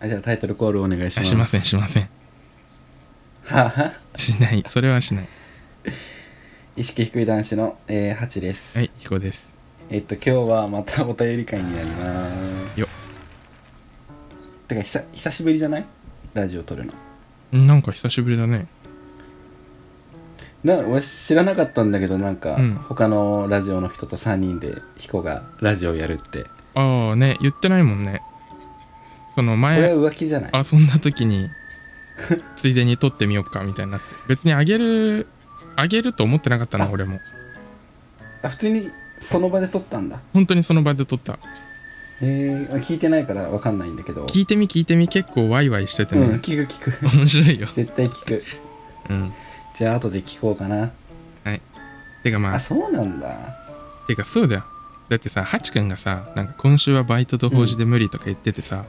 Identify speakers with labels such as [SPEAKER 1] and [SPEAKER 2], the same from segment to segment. [SPEAKER 1] はい、じゃあタイトルコールお願いし
[SPEAKER 2] あ
[SPEAKER 1] ます。
[SPEAKER 2] しませんしません
[SPEAKER 1] はは
[SPEAKER 2] しないそれはしない
[SPEAKER 1] 意識低い男子の、えー、ハチです、
[SPEAKER 2] はい彦です
[SPEAKER 1] えっと、今日はまたお便り会になります。
[SPEAKER 2] よ
[SPEAKER 1] てか久、久しぶりじゃないラジオ撮るの。
[SPEAKER 2] なんか久しぶりだね
[SPEAKER 1] な俺知らなかったんだけど、なんか、
[SPEAKER 2] うん
[SPEAKER 1] 他のラジオの人と3人でヒコがラジオやるって。
[SPEAKER 2] ああね言ってないもんねそ
[SPEAKER 1] こ
[SPEAKER 2] の
[SPEAKER 1] れ
[SPEAKER 2] 前
[SPEAKER 1] は浮気じゃない
[SPEAKER 2] 遊んだ時についでに撮ってみようかみたいになって別にあげるあげると思ってなかったな
[SPEAKER 1] あ
[SPEAKER 2] 俺も
[SPEAKER 1] あ、普通にその場で撮ったんだ。
[SPEAKER 2] 本当にその場で撮った
[SPEAKER 1] えー、あ聞いてないからわかんないんだけど。
[SPEAKER 2] 聞いてみ聞いてみ結構ワイワイしてて
[SPEAKER 1] うん、
[SPEAKER 2] ね、
[SPEAKER 1] 聞く聞く。
[SPEAKER 2] 面白いよ
[SPEAKER 1] 絶対聞く。
[SPEAKER 2] うん
[SPEAKER 1] じゃあ、後で聞こうかな。
[SPEAKER 2] てかまあ
[SPEAKER 1] あ、そうなんだ。
[SPEAKER 2] てかそうだよだってさハチ君がさなんか今週はバイトと法事で無理とか言っててさ、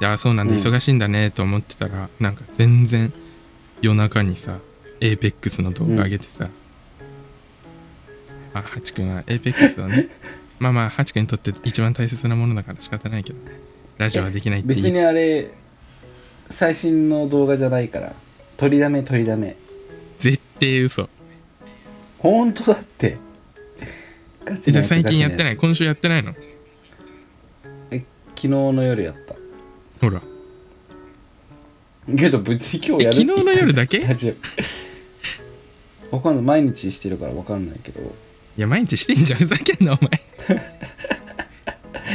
[SPEAKER 2] でああそうなんだ
[SPEAKER 1] うん
[SPEAKER 2] 忙しいんだねと思ってたら、なんか全然夜中にさ APEX の動画上げてさ、あハチ君は APEX をねまあまあハチ君にとって一番大切なものだから仕方ないけどねラジオはできないって
[SPEAKER 1] 別
[SPEAKER 2] 言
[SPEAKER 1] に
[SPEAKER 2] い
[SPEAKER 1] あれ、最新の動画じゃないから。取りだめ取りだめ。
[SPEAKER 2] 絶対嘘
[SPEAKER 1] ほんとだって。ガチの
[SPEAKER 2] えじゃ
[SPEAKER 1] や
[SPEAKER 2] あ
[SPEAKER 1] つ
[SPEAKER 2] 最近やってな
[SPEAKER 1] ガチのや
[SPEAKER 2] い今週やってないの
[SPEAKER 1] つ昨日の夜やった。
[SPEAKER 2] ほら
[SPEAKER 1] けど別に今日やる
[SPEAKER 2] え昨日の夜だ け
[SPEAKER 1] ラジオわかんない。毎日してるからわかんないけど。
[SPEAKER 2] いや毎日してんじゃんふざけんなお前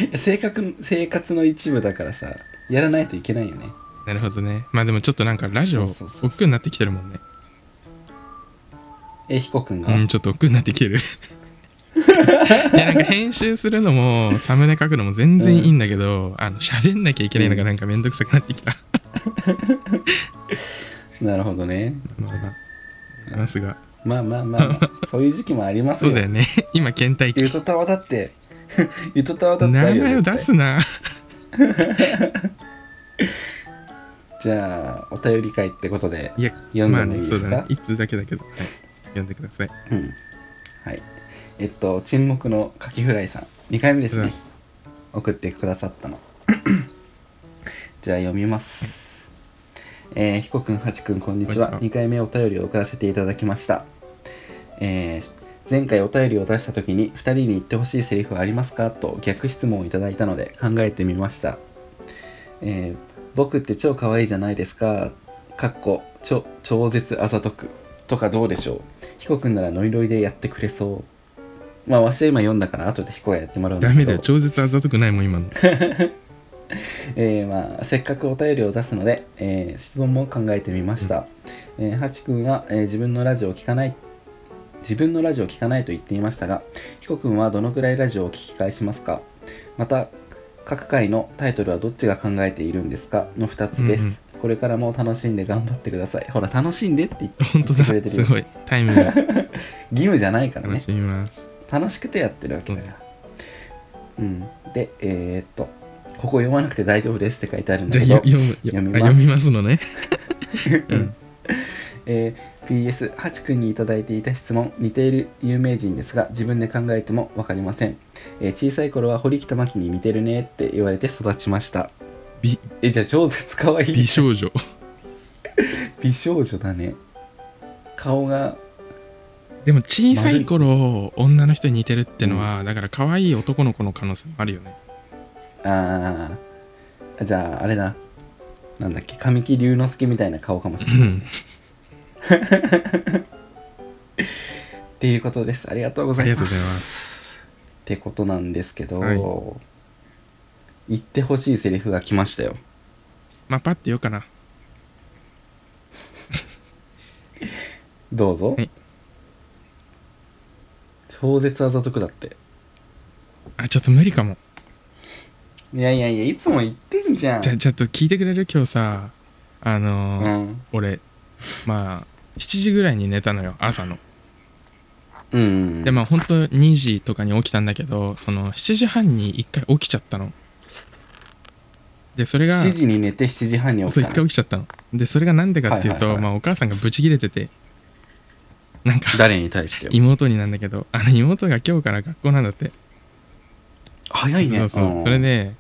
[SPEAKER 1] いや生活生活の一部だからさ、やらないといけないよね。
[SPEAKER 2] なるほどねまあでもちょっとなんかラジオ
[SPEAKER 1] そうそうそうそう
[SPEAKER 2] 億劫になってきてるもんね
[SPEAKER 1] え、ひこくんが。
[SPEAKER 2] うん、ちょっと億劫になってきてる。 いやなんか編集するのもサムネ書くのも全然いいんだけど、あの喋んなきゃいけないのがなんかめんどくさくなってきた。
[SPEAKER 1] なるほどね。
[SPEAKER 2] まあまあ、ますが。
[SPEAKER 1] まあまあまあ、ま あ、そういう時期もあります
[SPEAKER 2] そ
[SPEAKER 1] よ。
[SPEAKER 2] うだよね。今、倦怠
[SPEAKER 1] ゆ
[SPEAKER 2] 期。
[SPEAKER 1] とたわだって、 ゆとたわだ
[SPEAKER 2] 名
[SPEAKER 1] ってあるよ
[SPEAKER 2] 前を出
[SPEAKER 1] 絶対
[SPEAKER 2] すな。
[SPEAKER 1] じゃあ、お便り会ってことで、
[SPEAKER 2] いや、
[SPEAKER 1] 読ん
[SPEAKER 2] まあ
[SPEAKER 1] でもい
[SPEAKER 2] ね、
[SPEAKER 1] い
[SPEAKER 2] そ
[SPEAKER 1] で
[SPEAKER 2] う
[SPEAKER 1] す
[SPEAKER 2] だ
[SPEAKER 1] か、
[SPEAKER 2] ね。一通だけだけど、はい、読んでください。
[SPEAKER 1] うん。はい。えっと、沈黙のカキフライさん、2回目ですね。送ってくださったの。 じゃあ読みます。えー、ひこくん、はちくん、こんにち
[SPEAKER 2] こ
[SPEAKER 1] は。
[SPEAKER 2] ん
[SPEAKER 1] 2
[SPEAKER 2] に
[SPEAKER 1] 回目お便りを送らせていただきました。えー前回お便りを出した時に2人に言ってほしいセリフはありますかと逆質問をいただいたので考えてみました。えー僕って超可愛いじゃないですか。かっこ、超超絶あざとく。とかどうでしょう。ひこくんならノイロイでやってくれそう。まあ、わしは今読んだから、後でひこがやってもらうんだ
[SPEAKER 2] ダ
[SPEAKER 1] けど。
[SPEAKER 2] メだよ、超絶あざとくないも ん、今の。
[SPEAKER 1] えーまあ、せっかくお便りを出すので、えー質問も考えてみました、えー、はちくんは、えー自分のラジオを聞かない自分のラジオを聞かないと言っていましたがひこくんはどのくらいラジオを聞き返しますかまた各回のタイトルはどっちが考えているんですかの2つです、これからも楽しんで頑張ってくださいほら楽しんでって言って
[SPEAKER 2] 本当
[SPEAKER 1] 言ってくれて
[SPEAKER 2] だ、
[SPEAKER 1] るよ
[SPEAKER 2] すごい。タイムが
[SPEAKER 1] 義務じゃないから
[SPEAKER 2] 楽
[SPEAKER 1] ね
[SPEAKER 2] しみます。
[SPEAKER 1] 楽しくてやってるわけだから、うん、でえーっとここ読まなくて大丈夫ですって書いてあるん
[SPEAKER 2] じ
[SPEAKER 1] だ
[SPEAKER 2] ゃあ
[SPEAKER 1] け
[SPEAKER 2] よ
[SPEAKER 1] ど
[SPEAKER 2] 読むよ
[SPEAKER 1] 読み
[SPEAKER 2] あ
[SPEAKER 1] ます
[SPEAKER 2] 読みますのね。うん
[SPEAKER 1] えー PS ハチ君にいただいていた質問似ている有名人ですが自分で考えても分かりません、えー小さい頃は堀北真希に似てるねって言われて育ちました
[SPEAKER 2] 美
[SPEAKER 1] えじゃあ超絶可愛い
[SPEAKER 2] 美少女。
[SPEAKER 1] 美少女だね顔が
[SPEAKER 2] でも小さい頃女の人に似てるってのは、だから可愛い男の子の可能性もあるよね
[SPEAKER 1] あーじゃああれだなんだっけ神木隆之介みたいな顔かもし
[SPEAKER 2] う
[SPEAKER 1] れない
[SPEAKER 2] ん
[SPEAKER 1] っていうことですありがとうござい
[SPEAKER 2] あり
[SPEAKER 1] ます
[SPEAKER 2] がとうございま
[SPEAKER 1] ってことなんですけど、
[SPEAKER 2] はい
[SPEAKER 1] 言ってほしいセリフが来ましたよ
[SPEAKER 2] まあパッて言おうかな
[SPEAKER 1] どうぞ、
[SPEAKER 2] はい
[SPEAKER 1] 超絶あざとくだって
[SPEAKER 2] あちょっと無理かも
[SPEAKER 1] いやいやいやいつも言ってんじゃん
[SPEAKER 2] じゃあちょっと聞いてくれる今日さあの
[SPEAKER 1] う
[SPEAKER 2] ー
[SPEAKER 1] ん
[SPEAKER 2] 俺まあ7時ぐらいに寝たのよ朝の
[SPEAKER 1] うん
[SPEAKER 2] でまあほんと2時とかに起きたんだけどその7時半に1回起きちゃったのでそれが
[SPEAKER 1] 7時に寝て7時半に起
[SPEAKER 2] そう
[SPEAKER 1] き
[SPEAKER 2] 一
[SPEAKER 1] た
[SPEAKER 2] 回
[SPEAKER 1] の
[SPEAKER 2] 起きちゃったのでそれがなんでかっていう
[SPEAKER 1] は
[SPEAKER 2] と、
[SPEAKER 1] いはいはい
[SPEAKER 2] まあお母さんがブチ切れててなんか
[SPEAKER 1] 誰に対してよ
[SPEAKER 2] 妹になんだけどあの妹が今日から学校なんだって
[SPEAKER 1] 早いね
[SPEAKER 2] そうそう、
[SPEAKER 1] ん
[SPEAKER 2] それで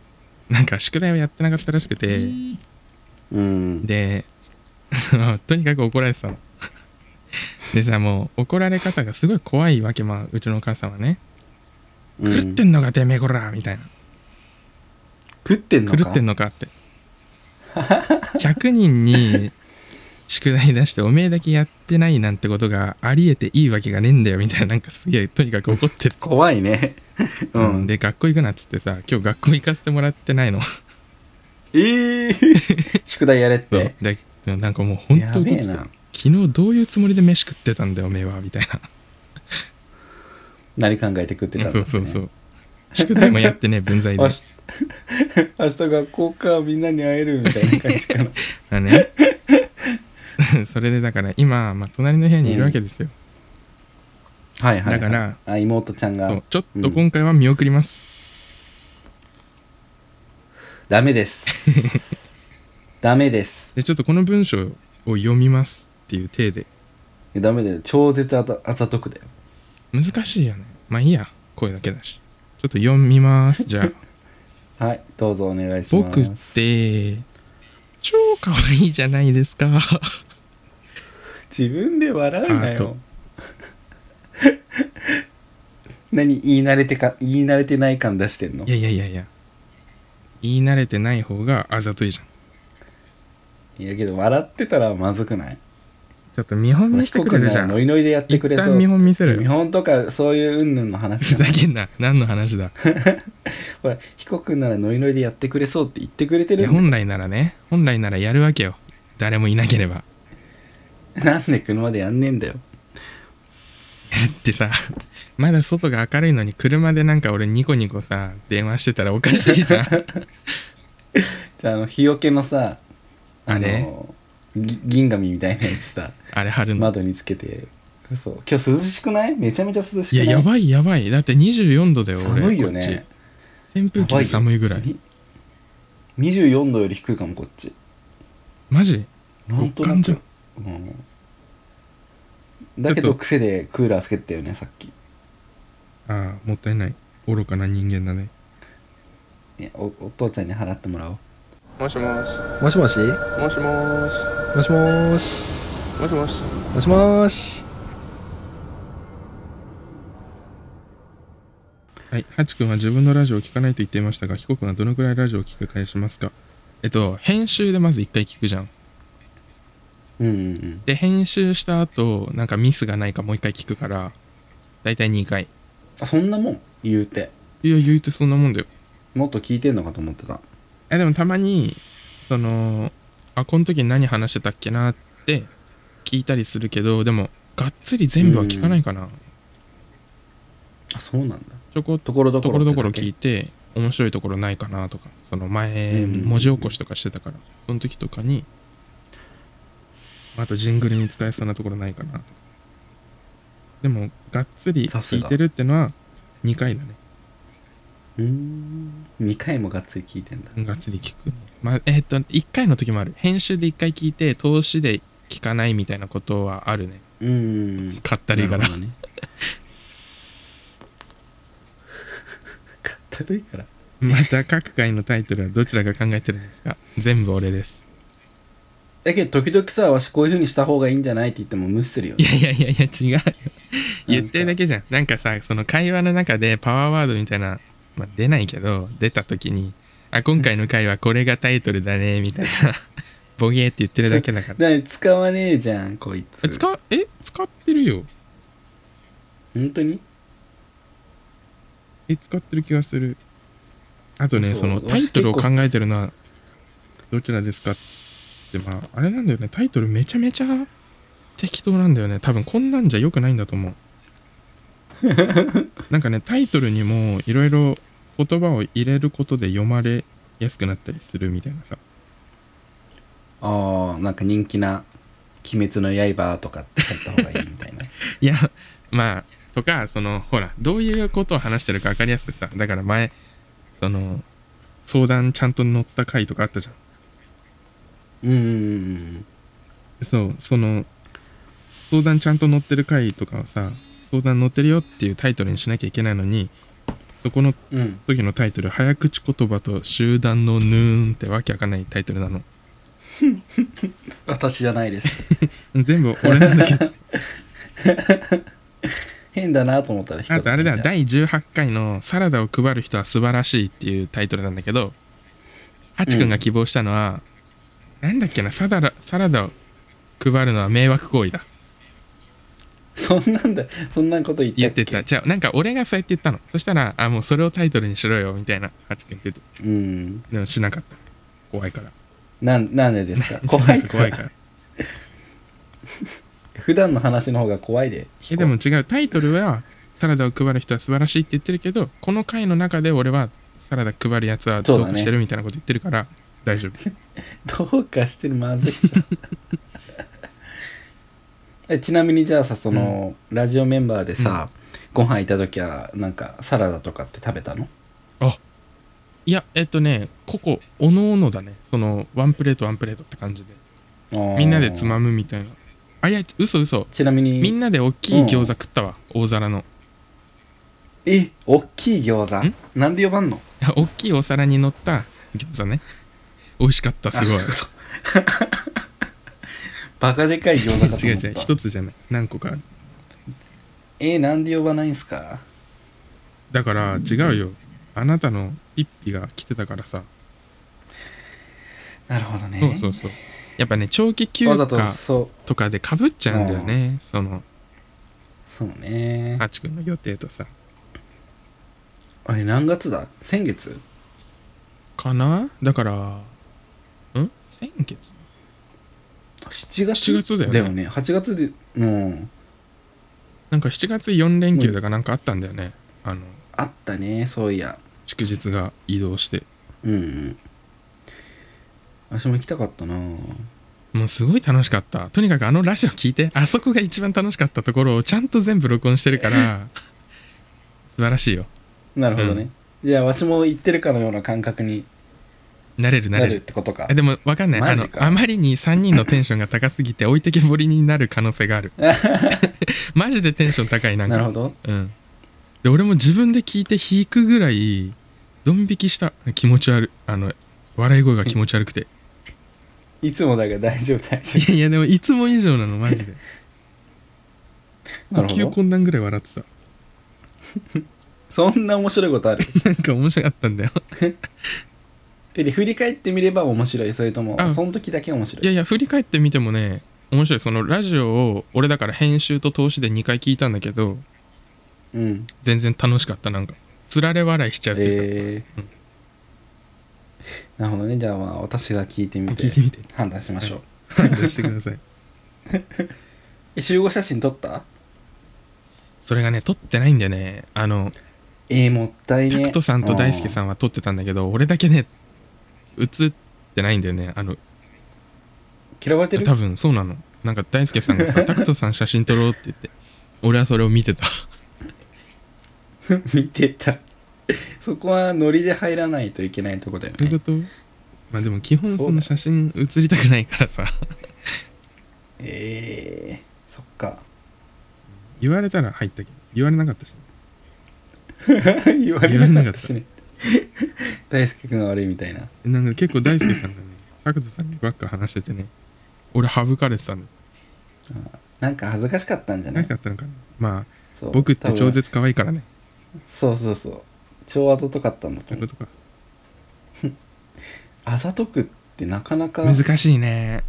[SPEAKER 2] なんか宿題をやってなかったらしくて
[SPEAKER 1] うん
[SPEAKER 2] で とにかく怒られてたのでさもう怒られ方がすごい怖いわけまあうちのお母さんはね
[SPEAKER 1] う
[SPEAKER 2] 狂
[SPEAKER 1] ん
[SPEAKER 2] ってんのかてめえこらみたいな
[SPEAKER 1] 食ってんのか
[SPEAKER 2] 狂ってんのかって100人に宿題出しておめえだけやってないなんてことがありえていいわけがねえんだよみたいななんかすげえとにかく怒ってる
[SPEAKER 1] 怖いねう
[SPEAKER 2] うんんで学校行くなっつってさ今日学校行かせてもらってないの
[SPEAKER 1] ええー、 宿題やれっ
[SPEAKER 2] そう
[SPEAKER 1] て
[SPEAKER 2] でなんかもう本
[SPEAKER 1] や
[SPEAKER 2] 当
[SPEAKER 1] べ
[SPEAKER 2] に
[SPEAKER 1] えな
[SPEAKER 2] 昨日どういうつもりで飯食ってたんだよおめえはみたいな
[SPEAKER 1] 何考えて食ってたんです、
[SPEAKER 2] そ
[SPEAKER 1] ね、
[SPEAKER 2] うそうそう宿題も やってね分際で
[SPEAKER 1] 明日明日学校かみんなに会えるみたいな感 じかな
[SPEAKER 2] だねそれでだから今、まあ、隣の部屋にいるわけですよ、
[SPEAKER 1] はいはい、はい、
[SPEAKER 2] だから
[SPEAKER 1] あ妹ちゃん
[SPEAKER 2] そ
[SPEAKER 1] が
[SPEAKER 2] うちょっと今回は見送ります、
[SPEAKER 1] ダメです ダメです
[SPEAKER 2] でちょっとこの文章を読みますっていう体で
[SPEAKER 1] いやダメだよ超絶あざあざとくだよ
[SPEAKER 2] 難しいよねまあいいや声だけだしちょっと読みますじゃあ
[SPEAKER 1] はいどうぞ お願いします
[SPEAKER 2] 僕って超可愛いじゃないですか
[SPEAKER 1] 自分で笑うな
[SPEAKER 2] ハート
[SPEAKER 1] よ 何言い慣れてか言い慣れてない感出してんの
[SPEAKER 2] いやいやいやいや言い慣れてない方があざといじゃん
[SPEAKER 1] いやけど笑ってたらまずくない
[SPEAKER 2] ちょっと見本見せてくれるじゃ
[SPEAKER 1] ノ
[SPEAKER 2] ん
[SPEAKER 1] リノリでやってくれ
[SPEAKER 2] 一
[SPEAKER 1] そ
[SPEAKER 2] 旦
[SPEAKER 1] う
[SPEAKER 2] 見本見せる
[SPEAKER 1] 見本とかそういう云々の話
[SPEAKER 2] ふ
[SPEAKER 1] じ
[SPEAKER 2] ざ
[SPEAKER 1] ゃない
[SPEAKER 2] けんな何の 話だ
[SPEAKER 1] ほら彦君ならノリノリでやってくれそうって言ってくれて
[SPEAKER 2] い
[SPEAKER 1] る
[SPEAKER 2] や
[SPEAKER 1] んだよ
[SPEAKER 2] 本来ならね本来ならやるわけよ誰もいなければ
[SPEAKER 1] なんで車でやんねえんだよ
[SPEAKER 2] ってさまだ外が明るいのに車でなんか俺ニコニコさ電話してたらおかし いじゃん
[SPEAKER 1] じゃああの日よけのさあ
[SPEAKER 2] あ
[SPEAKER 1] の
[SPEAKER 2] れ
[SPEAKER 1] ぎ銀紙みたいなやつさ
[SPEAKER 2] あれ貼るの、
[SPEAKER 1] 窓につけてそう今日涼しくないめちゃめちゃ涼しく
[SPEAKER 2] い
[SPEAKER 1] な
[SPEAKER 2] や
[SPEAKER 1] い
[SPEAKER 2] やばいやばいだって24度だよ俺
[SPEAKER 1] 寒いよ
[SPEAKER 2] こっ
[SPEAKER 1] ね
[SPEAKER 2] ち扇風機で寒いぐらい
[SPEAKER 1] に24度より低いかもこっち
[SPEAKER 2] マジ
[SPEAKER 1] なんとな
[SPEAKER 2] 極寒じゃ
[SPEAKER 1] く
[SPEAKER 2] ん、
[SPEAKER 1] うん、だけど癖でクーラーつけてたよねさっき
[SPEAKER 2] ああもったいない愚かな人間だね
[SPEAKER 1] いやおお父ちゃんに払ってもらおう
[SPEAKER 2] もしもし
[SPEAKER 3] もしもし
[SPEAKER 2] もしもし
[SPEAKER 3] もしもーし
[SPEAKER 2] もしもし
[SPEAKER 3] もしもーし
[SPEAKER 2] はい、ハチ君は自分のラジオを聞かないと言っていましたが、ヒコ君はどのくらいラジオを聞くかしますかえっと、編集でまず一回聞くじゃん。
[SPEAKER 1] うんうん
[SPEAKER 2] で、編集した後、なんかミスがないかもう一回聞くから、だいたい2回。
[SPEAKER 1] あそんなもん言うて
[SPEAKER 2] いや、言うとそんなもんだよ。
[SPEAKER 1] もっと聞いてんのかと思ってた
[SPEAKER 2] え、でもたまに、その、あ、この時何話してたっけなって聞いたりするけど、でも、がっつり全部は聞かないかな。
[SPEAKER 1] あそうなんだ
[SPEAKER 2] ちょこっと
[SPEAKER 1] ところど
[SPEAKER 2] と
[SPEAKER 1] こ
[SPEAKER 2] こ
[SPEAKER 1] ろ
[SPEAKER 2] ろどころ聞
[SPEAKER 1] い
[SPEAKER 2] いて、面白いところないかなとか、その前、
[SPEAKER 1] うん
[SPEAKER 2] 文字起こしとかしてたから、その時とかに、あとジングルに使えそうなところないかなとか。でも、がっつり
[SPEAKER 1] さす
[SPEAKER 2] 聞い
[SPEAKER 1] が
[SPEAKER 2] てるってのは2回だね。
[SPEAKER 1] うーん2回もがっつり聞いてんだ
[SPEAKER 2] がっつり聞く。まあ、えーっと、1回の時もある。編集で1回聞いて、投資で聞かないみたいなことはあるね。
[SPEAKER 1] うーん
[SPEAKER 2] 買ったりか
[SPEAKER 1] な
[SPEAKER 2] ら
[SPEAKER 1] る。ほどねかったるいから
[SPEAKER 2] また各回のタイトルはどちらが考えてるんですか全部俺です。
[SPEAKER 1] だけど時々さわしこういう風にした方がいいんじゃないって言っても無視するよ
[SPEAKER 2] い
[SPEAKER 1] ね
[SPEAKER 2] やいやいやいや、違うよ。言ってるだけじゃん。なんかさ、その会話の中でパワーワードみたいな、まあ、出ないけど、出た時に、あ、今回の回はこれがタイトルだね、みたいな、ボゲーって言ってるだけだから。
[SPEAKER 1] だから使わねえじゃんこいつ
[SPEAKER 2] え使う、え、使ってるよ。
[SPEAKER 1] 本当に
[SPEAKER 2] え、使ってる気がする。あとね、
[SPEAKER 1] そう
[SPEAKER 2] そのタイトルを考えてるのは、どちらですかって、まあ、あれなんだよね、タイトルめちゃめちゃ適当なんだよね。多分こんなんじゃ良くないんだ と思う。なんかね、タイトルにもいろいろ言葉を入れることで読まれやすくなったりするみたいなさ。
[SPEAKER 1] ああなんか人気な「鬼滅の刃」とかって入った方がいいみたい な
[SPEAKER 2] いや、まあ、とか、その、ほら、どういうことを話してるか分かりやすくさ、だから前、その、相談ちゃんと乗った回とかあったじゃん。
[SPEAKER 1] うんうんうん
[SPEAKER 2] そうその相談ちゃんと載ってる回とかはさ相談載ってるよっていうタイトルにしなきゃいけないのにそこの
[SPEAKER 1] うん
[SPEAKER 2] 時のタイトル早口言葉と集団のヌーンってわけわかんないタイトルなの
[SPEAKER 1] 私じゃないです
[SPEAKER 2] 全部俺なんだけど
[SPEAKER 1] 変だなと思ったら
[SPEAKER 2] あとあれだ
[SPEAKER 1] だ
[SPEAKER 2] 第18回の「サラダを配る人は素晴らしい」っていうタイトルなんだけどハチ君が希望したのは、なんだっけなサダラサラダを配るのは迷惑行為だ
[SPEAKER 1] そんなんだそんなこと言った
[SPEAKER 2] 言
[SPEAKER 1] っ
[SPEAKER 2] って
[SPEAKER 1] け
[SPEAKER 2] たじゃあなんか俺がそうやって言ったのそしたらあもうそれをタイトルにしろよみたいなハチ君言ってて
[SPEAKER 1] うん
[SPEAKER 2] でもしなかった怖いから
[SPEAKER 1] なんなんでですか怖いから
[SPEAKER 2] 怖 いから
[SPEAKER 1] 普段の話の方が怖いで
[SPEAKER 2] えでも違うタイトルは「サラダを配る人は素晴らしい」って言ってるけどこの回の中で俺はサラダ配るやつはどうかしてるみたいなこと言ってるから大丈夫、
[SPEAKER 1] どうかしてるまずい なえちなみにじゃあさその、ラジオメンバーでさ、ご飯行った時はなんかサラダとかって食べたの
[SPEAKER 2] いやえっとねここおのおのだねそのワンプレートワンプレートって感じでみんなでつま
[SPEAKER 1] む
[SPEAKER 2] むみたいなあいや嘘嘘
[SPEAKER 1] ちなみに
[SPEAKER 2] みんなで大きい餃子食ったわ、大皿の
[SPEAKER 1] え大きい餃
[SPEAKER 2] ん
[SPEAKER 1] 子なんで呼ばんの
[SPEAKER 2] あ大きいお皿に乗った餃子ね美味しかったす ごい
[SPEAKER 1] 嘘バカでかい餃子かと
[SPEAKER 2] 違
[SPEAKER 1] 思っ
[SPEAKER 2] う違う
[SPEAKER 1] た
[SPEAKER 2] 一つじゃない何個かある
[SPEAKER 1] えなんで呼ばないんすか
[SPEAKER 2] だから違うよあなたのピッピが来てたからさ
[SPEAKER 1] なるほどね
[SPEAKER 2] そうそうそう。やっぱね、長期休
[SPEAKER 1] わざと
[SPEAKER 2] 暇
[SPEAKER 1] そう
[SPEAKER 2] とかでかぶっちゃうんだよね。その、
[SPEAKER 1] そうね
[SPEAKER 2] ハチ君の予定とさ。
[SPEAKER 1] あれ何月だ先月
[SPEAKER 2] かなだから、ん先月
[SPEAKER 1] 7月
[SPEAKER 2] 7月だよね
[SPEAKER 1] だよね8月でうん
[SPEAKER 2] なんか7月4連休だかなんかあったんだよね。あの、
[SPEAKER 1] あったねそういや
[SPEAKER 2] 祝日が移動して。
[SPEAKER 1] うんうん私も行きたかったな
[SPEAKER 2] もうすごい楽しかった。とにかくあのラジオ聞いて、あそこが一番楽しかったところをちゃんと全部録音して るから、素晴らしいよ。
[SPEAKER 1] なるほどね、じゃあわしも行ってるかのような感覚に
[SPEAKER 2] なれるな
[SPEAKER 1] な
[SPEAKER 2] れ
[SPEAKER 1] るっ
[SPEAKER 2] る。
[SPEAKER 1] てことか
[SPEAKER 2] えでもわかんない。あ
[SPEAKER 1] マ
[SPEAKER 2] の
[SPEAKER 1] ジ、か
[SPEAKER 2] あまりに3人のテンションが高すぎて置いてけぼりになる可能性が ある。マジでテンション高いなんか
[SPEAKER 1] なるほど
[SPEAKER 2] うんで俺も自分で聞いて引くぐらいドン引きした気持ち悪いあの笑い声が気持 ち悪くて
[SPEAKER 1] いつもだが大丈夫大丈
[SPEAKER 2] いやいやでもいつも以上なのマジで
[SPEAKER 1] 夫
[SPEAKER 2] 呼
[SPEAKER 1] なるほ
[SPEAKER 2] 吸
[SPEAKER 1] ど
[SPEAKER 2] 困難ぐらい笑ってた
[SPEAKER 1] そんな面白いことある
[SPEAKER 2] なんか面白かったんだよ
[SPEAKER 1] え振り返ってみれば面白いそれとも
[SPEAKER 2] あ
[SPEAKER 1] その時だけ面白い
[SPEAKER 2] いやいや振り返ってみてもね面白いそのラジオを俺だから編集と投資で2回聞いたんだけど
[SPEAKER 1] うん
[SPEAKER 2] 全然楽しかったなんかつられ笑いしちゃうというか、
[SPEAKER 1] えー
[SPEAKER 2] うん
[SPEAKER 1] なるほどねじゃあまあ私が聞いてみ
[SPEAKER 2] 聞い
[SPEAKER 1] て
[SPEAKER 2] てみて
[SPEAKER 1] 判断しましょう
[SPEAKER 2] 判断してください
[SPEAKER 1] え集合写真撮った
[SPEAKER 2] それがね撮ってないんだよねあの
[SPEAKER 1] えー、もったい
[SPEAKER 2] タ
[SPEAKER 1] ね
[SPEAKER 2] クトさんと大輔
[SPEAKER 1] ん
[SPEAKER 2] さんは撮ってたんだけど俺だけね映ってないんだよねあの
[SPEAKER 1] 嫌われてる
[SPEAKER 2] 多分そうなのなんか大輔さん がさタクトさん写真撮ろうって言って俺はそれを見てた
[SPEAKER 1] 見てたそこはノリで入らないといけないとこだよ
[SPEAKER 2] そういう
[SPEAKER 1] ね
[SPEAKER 2] ことまあでも基本
[SPEAKER 1] そうだ
[SPEAKER 2] その写真写りたくないからさ
[SPEAKER 1] えー、そっ か
[SPEAKER 2] 言われたら入ったけど言われなかったし
[SPEAKER 1] 言われなかったしね大輔君が悪いみたいな
[SPEAKER 2] なんか結構大輔さんがねタクトさんにばっか話しててね俺省かれてたんだ
[SPEAKER 1] なんか恥ずかしかったんじゃな
[SPEAKER 2] ないかったのかなまあ
[SPEAKER 1] そう
[SPEAKER 2] 僕って
[SPEAKER 1] 多
[SPEAKER 2] 超
[SPEAKER 1] 分
[SPEAKER 2] 絶可愛いからね
[SPEAKER 1] そうそうそう超あざとかったんだ
[SPEAKER 2] そ
[SPEAKER 1] と
[SPEAKER 2] ういう
[SPEAKER 1] 思
[SPEAKER 2] こ
[SPEAKER 1] う
[SPEAKER 2] とか
[SPEAKER 1] あざとくってなかなか
[SPEAKER 2] 難しいね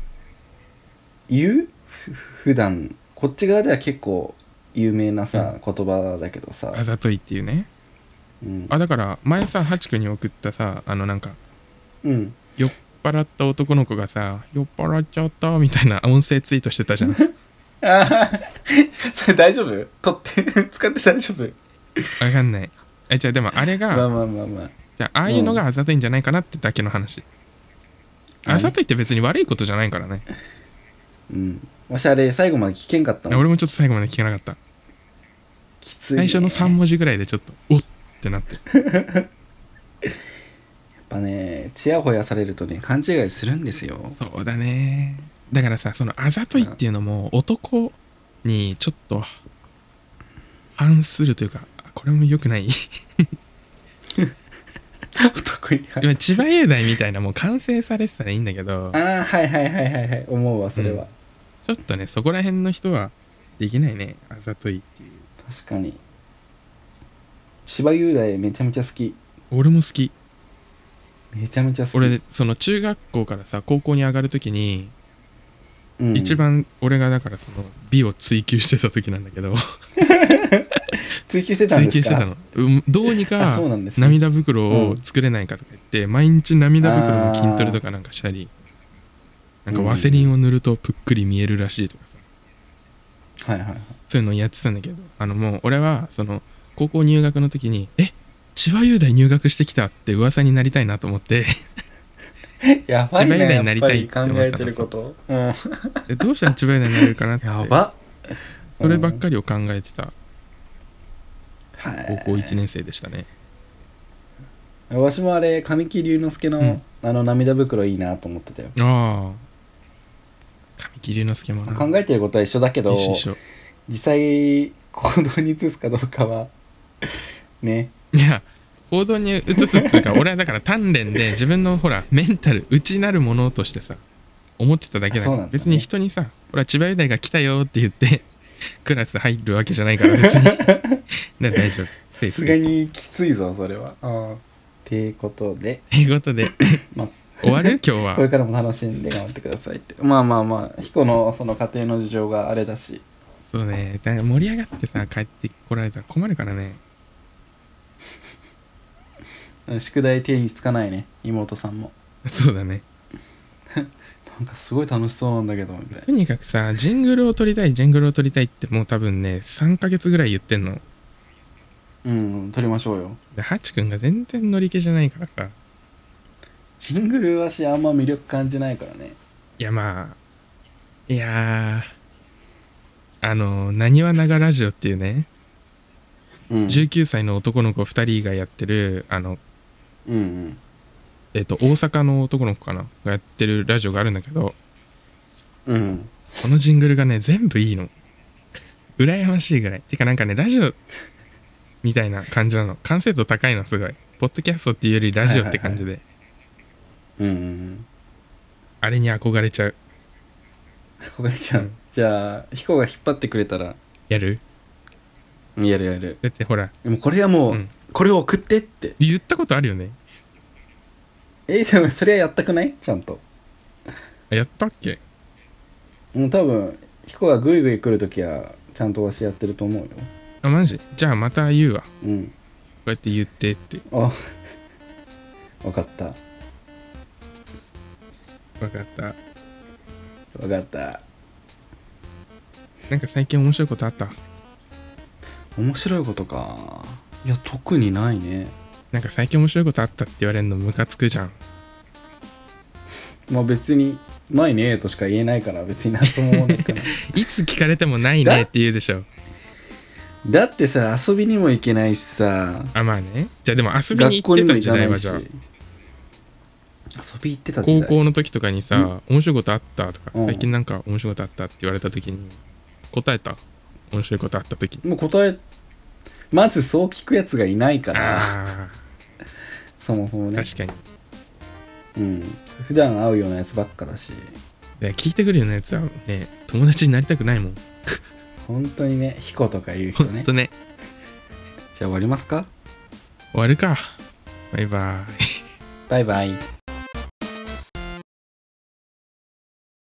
[SPEAKER 1] 言うふ普段こっち側では結構有名なさ、言葉だけどさ、
[SPEAKER 2] あざといっていうね
[SPEAKER 1] うん、
[SPEAKER 2] あだから前さハチ君に送ったさあのなんか
[SPEAKER 1] うん
[SPEAKER 2] 酔っ払った男の子がさ酔っ払っちゃったみたいな音声ツイートしてたじゃんわ
[SPEAKER 1] あはは それ大丈夫取って 使って大丈夫
[SPEAKER 2] かんないえじゃあでもあれ
[SPEAKER 1] まあ
[SPEAKER 2] が
[SPEAKER 1] まあまあまあ
[SPEAKER 2] じゃあああいうのがあざといんじゃないかなってだけの話、あざといって別に悪いことじゃないからね
[SPEAKER 1] うんわしあれ最後まで聞けんかったもん
[SPEAKER 2] 俺もちょっと最後まで聞かなかった
[SPEAKER 1] きつい、
[SPEAKER 2] 最
[SPEAKER 1] ね、
[SPEAKER 2] 初の3
[SPEAKER 1] やっ
[SPEAKER 2] 文字ぐらいでちょっとおっってなって
[SPEAKER 1] ぱねちやほやされるとね勘違いするんです よ
[SPEAKER 2] そうだねだからさそのあざといっていうのも男にちょっと反するというかこれも良くない
[SPEAKER 1] 男に
[SPEAKER 2] 今
[SPEAKER 1] 話す
[SPEAKER 2] 千葉雄大みたいなもう完成されてたらいいんだけど
[SPEAKER 1] ああはいはいはいはいはい思うわそれは、
[SPEAKER 2] ちょっとねそこら辺の人はできないねあざといっていう
[SPEAKER 1] 確かに芝雄大めちゃめちゃ好き
[SPEAKER 2] 俺も好き
[SPEAKER 1] めちゃめちゃ好き、
[SPEAKER 2] 俺その中学校からさ高校に上がる時に、
[SPEAKER 1] うん
[SPEAKER 2] 一番俺がだからその美を追求してた時なんだけど
[SPEAKER 1] 追求してたんで
[SPEAKER 2] 追
[SPEAKER 1] すか
[SPEAKER 2] 求してたの、 うんどうに
[SPEAKER 1] あ
[SPEAKER 2] か
[SPEAKER 1] そうなんですね
[SPEAKER 2] 涙袋を作れないかとか言って、毎日涙袋の筋トレとかなんかしたりなんかワセリンを塗るとぷっくり見えるらしいとかさ、
[SPEAKER 1] はいはいはい
[SPEAKER 2] そういうのやってたんだけどあのもう俺はその高校入学の時にえ千葉雄大入学してきたって噂になりたいなと思って
[SPEAKER 1] やばいね
[SPEAKER 2] 千葉雄大になりたい
[SPEAKER 1] やっぱり考えてること、うん、
[SPEAKER 2] でどうしたら千葉雄大になれるかなって
[SPEAKER 1] やば
[SPEAKER 2] そればっかりを考えてた
[SPEAKER 1] はい
[SPEAKER 2] 高校1年生でしたね、
[SPEAKER 1] わしもあれ神木隆之介の、
[SPEAKER 2] うん
[SPEAKER 1] あの涙袋いいなと思ってたよ
[SPEAKER 2] ああ神木隆之介もな
[SPEAKER 1] 考えてることは一緒だけど
[SPEAKER 2] 一緒一緒
[SPEAKER 1] 実際行動に移すかどうかは ね
[SPEAKER 2] いや行動に移すっていうか俺はだから鍛錬で自分のほらメンタル内なるものとしてさ思ってただけだ
[SPEAKER 1] そう
[SPEAKER 2] から
[SPEAKER 1] なんだね
[SPEAKER 2] 別に人にさほら千葉雄大が来たよって言って クラス入るわけじゃないから別に だから大丈夫
[SPEAKER 1] さすがにきついぞそれはうんていうことで、
[SPEAKER 2] ということで
[SPEAKER 1] まあ、
[SPEAKER 2] 終わる今
[SPEAKER 1] こ
[SPEAKER 2] 日
[SPEAKER 1] れ
[SPEAKER 2] は
[SPEAKER 1] からも楽しんで頑張ってくださいってまあまあまあ彦のその家庭の事情があれだし
[SPEAKER 2] そうねだから盛り上がってさ帰ってこられたら困るからね
[SPEAKER 1] うん宿題手につかないね妹さんも
[SPEAKER 2] そうだね
[SPEAKER 1] なんかすごい楽しそうなんだけどみたいな
[SPEAKER 2] とにかくさジングルを撮りたいジングルを撮りたいってもう多分ね3ヶ月ぐらい言ってんの
[SPEAKER 1] うん撮りましょうよ
[SPEAKER 2] でハチ君が全然乗り気じゃないからさ
[SPEAKER 1] ジングルはしあんま魅力感じないからね
[SPEAKER 2] いやまあいやーあのなにわながラジオっていうね、
[SPEAKER 1] うん
[SPEAKER 2] 19歳の男の子2人がやってるあの
[SPEAKER 1] うんうん
[SPEAKER 2] えっ、と大阪の男の子かながやってるラジオがあるんだけど
[SPEAKER 1] うん
[SPEAKER 2] このジングルがね全部いいの羨ましいぐらいてかなんかねラジオみたいな感じなの完成度高いのすごいポッドキャストっていうよりラジオって感じで、
[SPEAKER 1] うんうんうん
[SPEAKER 2] あれに憧れちゃう
[SPEAKER 1] 憧れちゃう、
[SPEAKER 2] うん
[SPEAKER 1] じゃあヒコが引っ張ってくれたら
[SPEAKER 2] やる
[SPEAKER 1] やるやる
[SPEAKER 2] だってほら
[SPEAKER 1] でもこれはもう、
[SPEAKER 2] うん
[SPEAKER 1] これを送ってって
[SPEAKER 2] 言ったことあるよね
[SPEAKER 1] えでもそれはやったくないちゃんと
[SPEAKER 2] あやったっけ
[SPEAKER 1] もう多分ヒコがグイグイ来るときはちゃんとわしやってると思うよ
[SPEAKER 2] あマジじゃあまた言うわこ
[SPEAKER 1] うん
[SPEAKER 2] うやって言ってって
[SPEAKER 1] あ わかった
[SPEAKER 2] 分かった
[SPEAKER 1] わかった
[SPEAKER 2] なんか最近面白いことあった
[SPEAKER 1] 面白いことかいや特にないね
[SPEAKER 2] なんか最近面白いことあったって言われるのムカつくじゃん
[SPEAKER 1] まあ別にないねとしか言えないから別になんとも思わないから
[SPEAKER 2] いつ聞かれてもないねって言うでしょ
[SPEAKER 1] だってさ遊びにも行けないしさ
[SPEAKER 2] あまあねじゃあでも遊び
[SPEAKER 1] 学
[SPEAKER 2] に行っ
[SPEAKER 1] 校に
[SPEAKER 2] て
[SPEAKER 1] も行
[SPEAKER 2] た時
[SPEAKER 1] かな
[SPEAKER 2] 代
[SPEAKER 1] い
[SPEAKER 2] は
[SPEAKER 1] し
[SPEAKER 2] じゃあ
[SPEAKER 1] 遊び行ってた時
[SPEAKER 2] 高
[SPEAKER 1] 代
[SPEAKER 2] 校の時とかにさ面白いことあったとか
[SPEAKER 1] うん
[SPEAKER 2] 最近なんか面白いことあったって言われた時に答えた面白いことあった時
[SPEAKER 1] もう答えまずそう聞くやつがいないから
[SPEAKER 2] あ
[SPEAKER 1] そもそも
[SPEAKER 2] あ
[SPEAKER 1] ね
[SPEAKER 2] 確かに
[SPEAKER 1] うん普段会うようなやつばっかだし
[SPEAKER 2] で聞いてくるようなやつはね友達になりたくないもん
[SPEAKER 1] 本当にね彦とか言う
[SPEAKER 2] ほ
[SPEAKER 1] 人
[SPEAKER 2] ん
[SPEAKER 1] ね
[SPEAKER 2] とね
[SPEAKER 1] じゃあ終わりますか
[SPEAKER 2] 終わるかバイバイ
[SPEAKER 1] バイバイ